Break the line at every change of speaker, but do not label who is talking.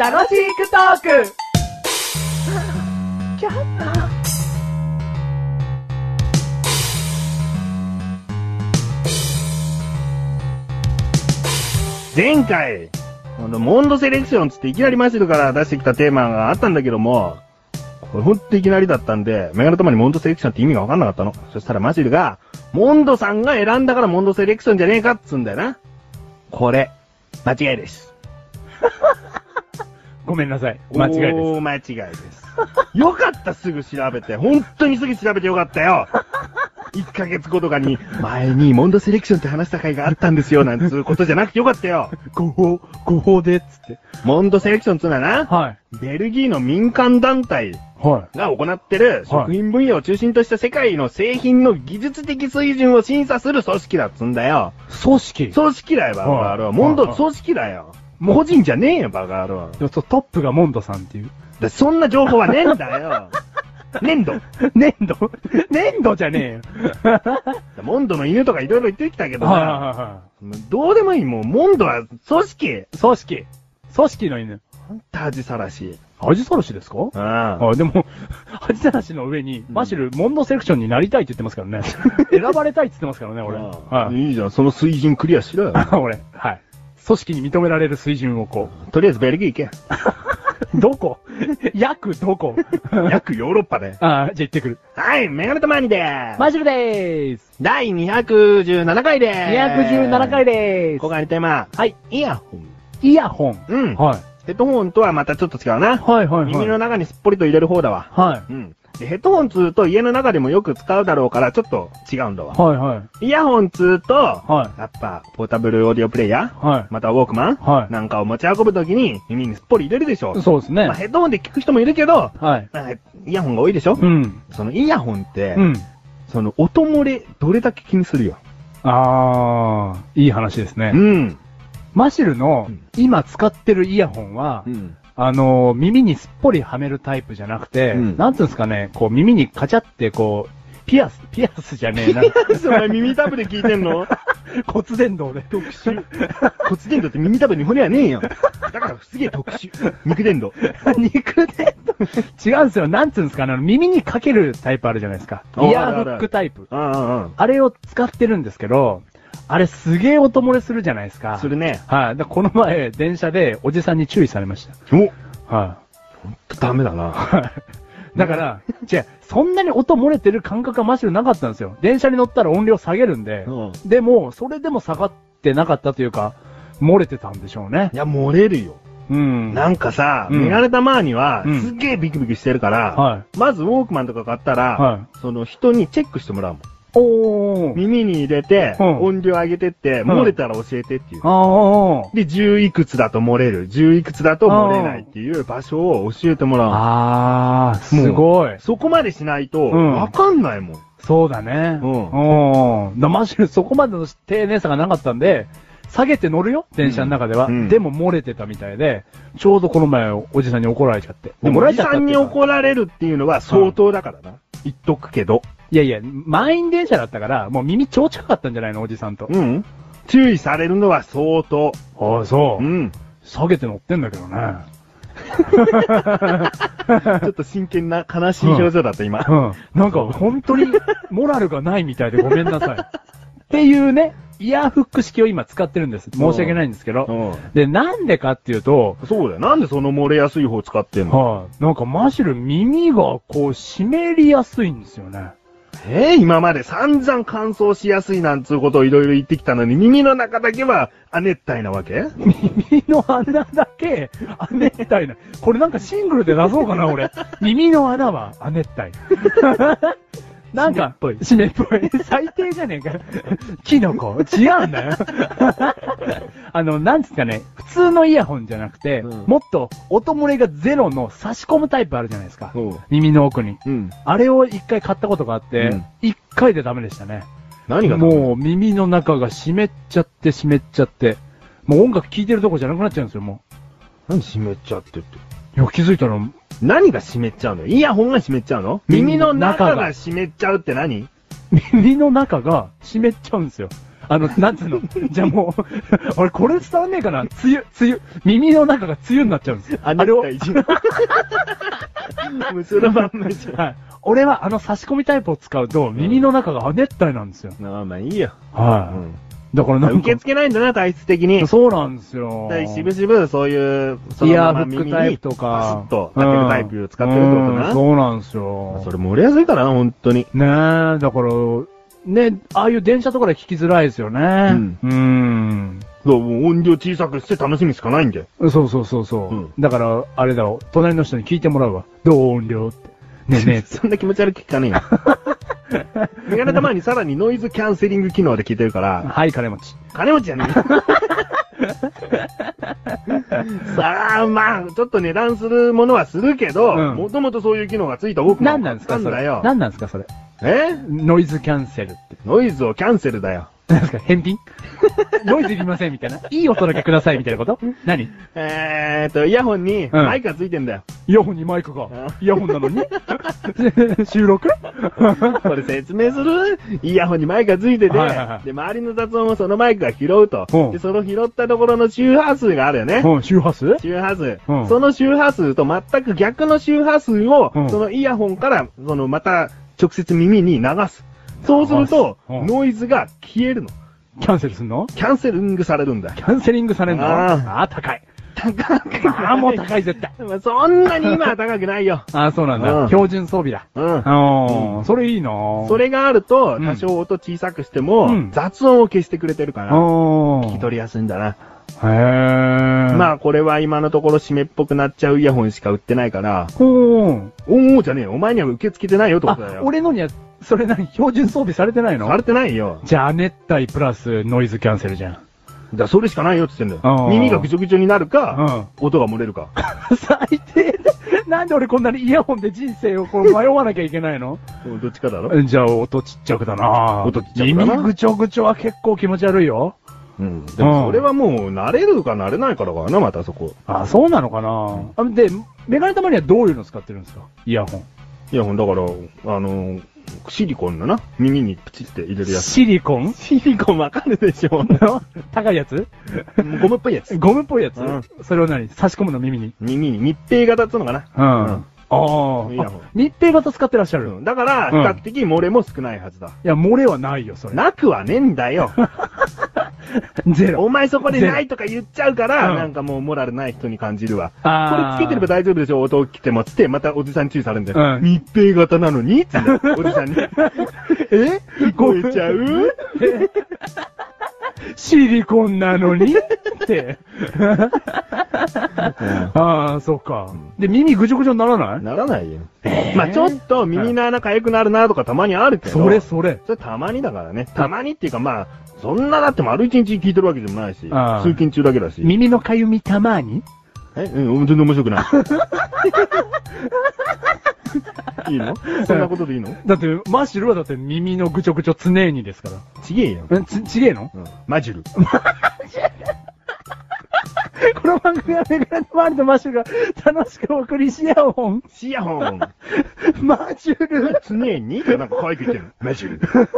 楽しくトーク
前回、あのモンドセレクションつっていきなりマシルから出してきたテーマがあったんだけども、これほんといきなりだったんで、メガネ玉にモンドセレクションって意味がわかんなかったの。そしたらマシルが、モンドさんが選んだからモンドセレクションじゃねえかっつうんだよな。これ、間違いです。
ごめんなさい。間違いで
大間違いです。よかった、すぐ調べて。本当にすぐ調べてよかったよ。1ヶ月後とかに、前にモンドセレクションって話した回があったんですよ、なんつうことじゃなくてよかったよ。
す。誤報、誤報で、つって。
モンドセレクションっつうのはな、
はい。
ベルギーの民間団体
は
が行ってる食品分野を中心とした世界の製品の技術的水準を審査する組織だっつんだよ。
い。組織。
組織だよ、バカ野郎。
はい
モンド
はい
組織だよ。個人じゃねえよ、バカ野郎。
でもそうトップがモンドさんっていう。
だそんな情報はねえんだよ。粘土。
粘土 粘土じゃねえよ。
モンドの犬とかいろいろ言ってきたけど
はい
な、
はいは
どうでもいい、もう、モンドは組織
い。組織。組織の犬。
恥さらし。
恥さらしですか
うん。あ
あ、でも、 恥さらしの上に、マシル、モンドセレクションになりたいって言ってます からね。選ばれたいって言ってますからね、俺。はい。
いいじゃん、その水準クリアしろよ。
俺、はい。 組織に認められる水準をこう。
とりあえずベルギー行
どこ 約どこ
け。約ヨーロッパで。
あーじゃあ行ってくる。
はい、メガネとマーニーでーす。
マシルでーす。
第217回でーす。
217回で
今
ー
回のテーマ、
す。はい。
イヤホン。
イヤホン。
うん。
はい。
ヘッドホンとはまたちょっと違うな。
はいはいはい。
耳の中にすっぽりと入れる方だわ。
はい。
うん。でヘッドホンつうと家の中でもよく使うだろうからちょっと違うんだわ。
はいはい。
イヤホンつうと、
は
やっぱ、ポータブルオーディオプレイヤー
い。は
またウォークマン
い。は
なんかを持ち運ぶときに耳にすっぽり入れるでしょ。
い。そうですね
まあ、。ヘッドホンで聞く人もいるけど、
はい。
まあイヤホンが多いでしょ、
うん。
そのイヤホンって、
うん。
その音漏れどれだけ気にするよ。
あー、いい話ですね
う。ん。
マシルの
うん
今使ってるイヤホンは、
ん。
あのー、耳にすっぽりはめるタイプじゃなくて、
うん
なんつうんですかね、こう耳にカチャってこう、ピアス、ピアスじ ゃねえな。
お前耳タブで聞いてんの
骨伝導で。
特殊。骨伝導って耳タブに骨はねえよ。だからすげえ特殊。肉伝導。
肉伝導違うんですよ。なんつうんですかね、あの耳にかけるタイプあるじゃないですか。
あ
イヤーフ
あるあ
ッ
る
クタイプ。
うんうんうん。
あれを使ってるんですけど、あれすげえ音漏れするじゃないですか。
するね。
はい、だからこの前、電車でおじさんに注意されました。
お
は
ダメだな。
い、 だから、違う、そんなに音漏れてる感覚はマシルなかったんですよ。電車に乗ったら音量下げるんで。
うん。
でも、それでも下がってなかったというか、漏れてたんでしょうね
い。や、漏れるよ。
うん。
なんかさ、
うん
メガネたまーには
う、ん
すげえビクビクしてるから、
は
まずウォークマンとか買った
い。
ら、
は
その人にチェックしてもらうもん。
い。おー。
耳に入れて、
うん
音量上げてって、
ん
漏れたら教えてっていう。
あー。
で、10いくつだと漏れる、10いくつだと漏れないっていう場所を教えてもらう。
あー、すごい。
そこまでしないと、
うん
わかんないもん。
そうだね。
うん
ん。うん。だマシル、そこまでの丁寧さがなかったんで、下げて乗るよ電車の中では、
うんうん
でも漏れてたみたいで、ちょうどこの前おじさんに怒られちゃって。
でも、
怒ら
お
れ
じ
ちゃった
さ
ってい
ん
う
に
か
怒られるっていうのは相当だからな。言っとくけど。
いやいや、満員電車だったから、もう耳超近かったんじゃないのおじさんと。
うん。注意されるのは相当。
ああ、そううん。
ん。
下げて乗ってんだけどね。
ちょっと真剣な悲しい表情だった、今。
うん。なんか本当にモラルがないみたいでごめんな さい。っていうね、イヤーフック式を今使ってるんです。申し訳ないんですけど。
う
で、なんでかっていうと、
ん。そうだよ。なんでその漏れやすい方使ってんの
はい、なんかマシル耳がこう湿りやすいんですよね。
えー今まで散々乾燥しやすいなんつうことをいろいろ言ってきたのに、耳の中だけは亜熱帯なわけ
耳の穴だけ、亜熱帯な。これなんかシングルで出そうかな、俺。耳の穴は亜熱帯。 なんか、湿っぽい。最低じゃねえか。キノコ違うんだよ。あの、なんつうかね、普通のイヤホンじゃなくて、
うん
もっと音漏れがゼロの差し込むタイプあるじゃないですか。
う。
耳の奥に。
うん。
あれを一回買ったことがあって
うん、
一、回でダメでしたね。
何が
もう耳の中が湿っちゃって湿っちゃって、もう音楽聴いてるとこじゃなくなっちゃうんですよ、も
う、何湿っちゃってって。
う。いや、気づいたら、
何が湿っちゃうのイヤホンが湿っちゃうの
耳
耳
の
の
中が
中が湿っちゃうって何
耳の中が湿っちゃうんですよ。あの、なんつうの、じゃあもう、 俺これ伝わんねえかな、梅雨、梅雨、耳の中が梅雨になっちゃうんですよ。
あ
れを、
熱帯人無数の番組じゃん。
はい。俺はあの差し込みタイプを使うと、耳の中が亜熱帯なんですよ。
まあまあいいよ。う
は
ん。
い。だからなんか、
受け付けないんだな、体質的に。
そうなんですよ。
対しぶしぶ、そういう、そ
イ
の
ヤ
ま
ー
ま
フ
耳
ック
に、
タイプと
パス
か
ッ。と当てるタイプを使ってるってこと
うん
な。
そうなんです
まあ
よ。
それ盛りやすいからな、本当に。
ねえ、だから、ね、ああいう電車とかで聞きづらいですよね。
ん
うん。
そう、もう音量小さくして楽しみしかないんだよ。
そうそうそうそう。
うん
だから、あれだわ、隣の人に聞いてもらうわ。どう音量って。ねえねえって。
そんな気持ち悪く聞かねえよ。 メガネたまにさらにノイズキャンセリング機能で聞いてるから、
はい、金持ち。
金持ちじゃねえ さあ、まあ、ちょっと値段するものはするけど、
うん
もともとそういう機能がついた多く
何なんですか、そ
だ
れ。
よ。
何なんですか、それ。
え
ノイズキャンセルって。
ノイズをキャンセルだよ。
何ですか、返 品ノイズいりませんみたいな。いい音だけくださいみたいなこと何
えーっと、イヤホンにマイクがついてんだよ。
イヤホンにマイクが
ん。
イヤホンなのに 収 録
これ説明するイヤホンにマイクがついてて、
はいはいはい
で、周りの雑音をそのマイクが拾うと
うん。
で、その拾ったところの周波数があるよね。
うん、周波数
周波数、
うん
その周波数と全く逆の周波数を、
うん
そのイヤホンから、そのまた直接耳に流す。そうすると、
流すうん
ノイズが消えるの。
キャンセルすんの
キャンセリングされるんだ。
キャンセリングされんの
あー
あー高い。
高く
ああ、もう高い、絶対。
い。そんなに今は高くないよ。
ああ、そうなんだ。
うん
標準装備だ。
うん。
ああ、それいいなぁ
そ、れがあると、
うん
多少音小さくしても、
うん
雑音を消してくれてるか
あ
ら、
ー
聞き取りやすいんだな。
へえ。
ま
あ、
あこれは今のところ湿っぽくなっちゃうイヤホンしか売ってないから、
ほー
おんおうじゃねえよ。お前には受け付けてないよってことだ
あ、
よ。、
俺のには、それ何標準装備されてない
さ
の
れてないよ。
じゃあ、熱帯プラスノイズキャンセルじゃん。
だからそれしかないよって言ってんだ
あ
よ
ー。
耳がぐちょぐちょになる
う
か、
ん。
音が漏れるか。
最低なんで俺こんなにイヤホンで人生をこう迷わなきゃいけないの
どっちかだろ
じゃあ、音ちっちゃくだなぁ
音ちっちゃくだな
耳ぐちょぐちょは結構気持ち悪いよ。
うん。でもそれはもう慣れるか慣れないからかな、またそこ。
あ、そうなのかなあで、メガネたまにはどういうの使ってるんですかイヤホン。
イヤホンだから、あの、シリコンのな、耳にプチって入れるやつ。
シリ コン
シリコンわかるでしょ
高いやつ
ゴムっぽいやつ。
ゴムっぽいやつ、
うん
それを何差し込むの耳に。
耳に密閉型っつうのかな。
うん。ああ
イヤホン。
密閉型使ってらっしゃる、
う
い
ん。だから、比較的漏れも少ないはずだ。
や、漏れはないよ、それ。
なくはねえんだ よ。
ゼロ。
お前そこでないとか言っちゃうか
う
ら、
ん
なんかもうモラルない人に感じるわ。これ
あ
つけてれば大丈夫でしょ音起きてもつって、またおじさんに注意されるんだよ。
うん
密閉型なのにって言うんだよおじさ んに。
え
聞こえちゃう
シリコンなの にって。ああ、そっか。で、耳ぐちょぐちょにならない
ならないよ
え。ー
まあちょっと耳の穴痒くなるなとかたまにあるけど。
それそれ。
それたまにだからね。たまにっていうかまあ、そんなだって丸一日聞いてるわけでもないし、
あー
通勤中だけだし。
耳のかゆみたまに
えうん、全然面白く ない。いいのそんなことでいいの
だって、マッシュルはだって耳のぐちょぐちょ常にですから。
ちげえよ。
え、ち、ちげえの
うん、マジュル。
この番組はメガネ周りとマッシュルが楽しくお送りし合おうもん。
シアホン。
マッシュル
常になんか可愛く言ってる。マジュル。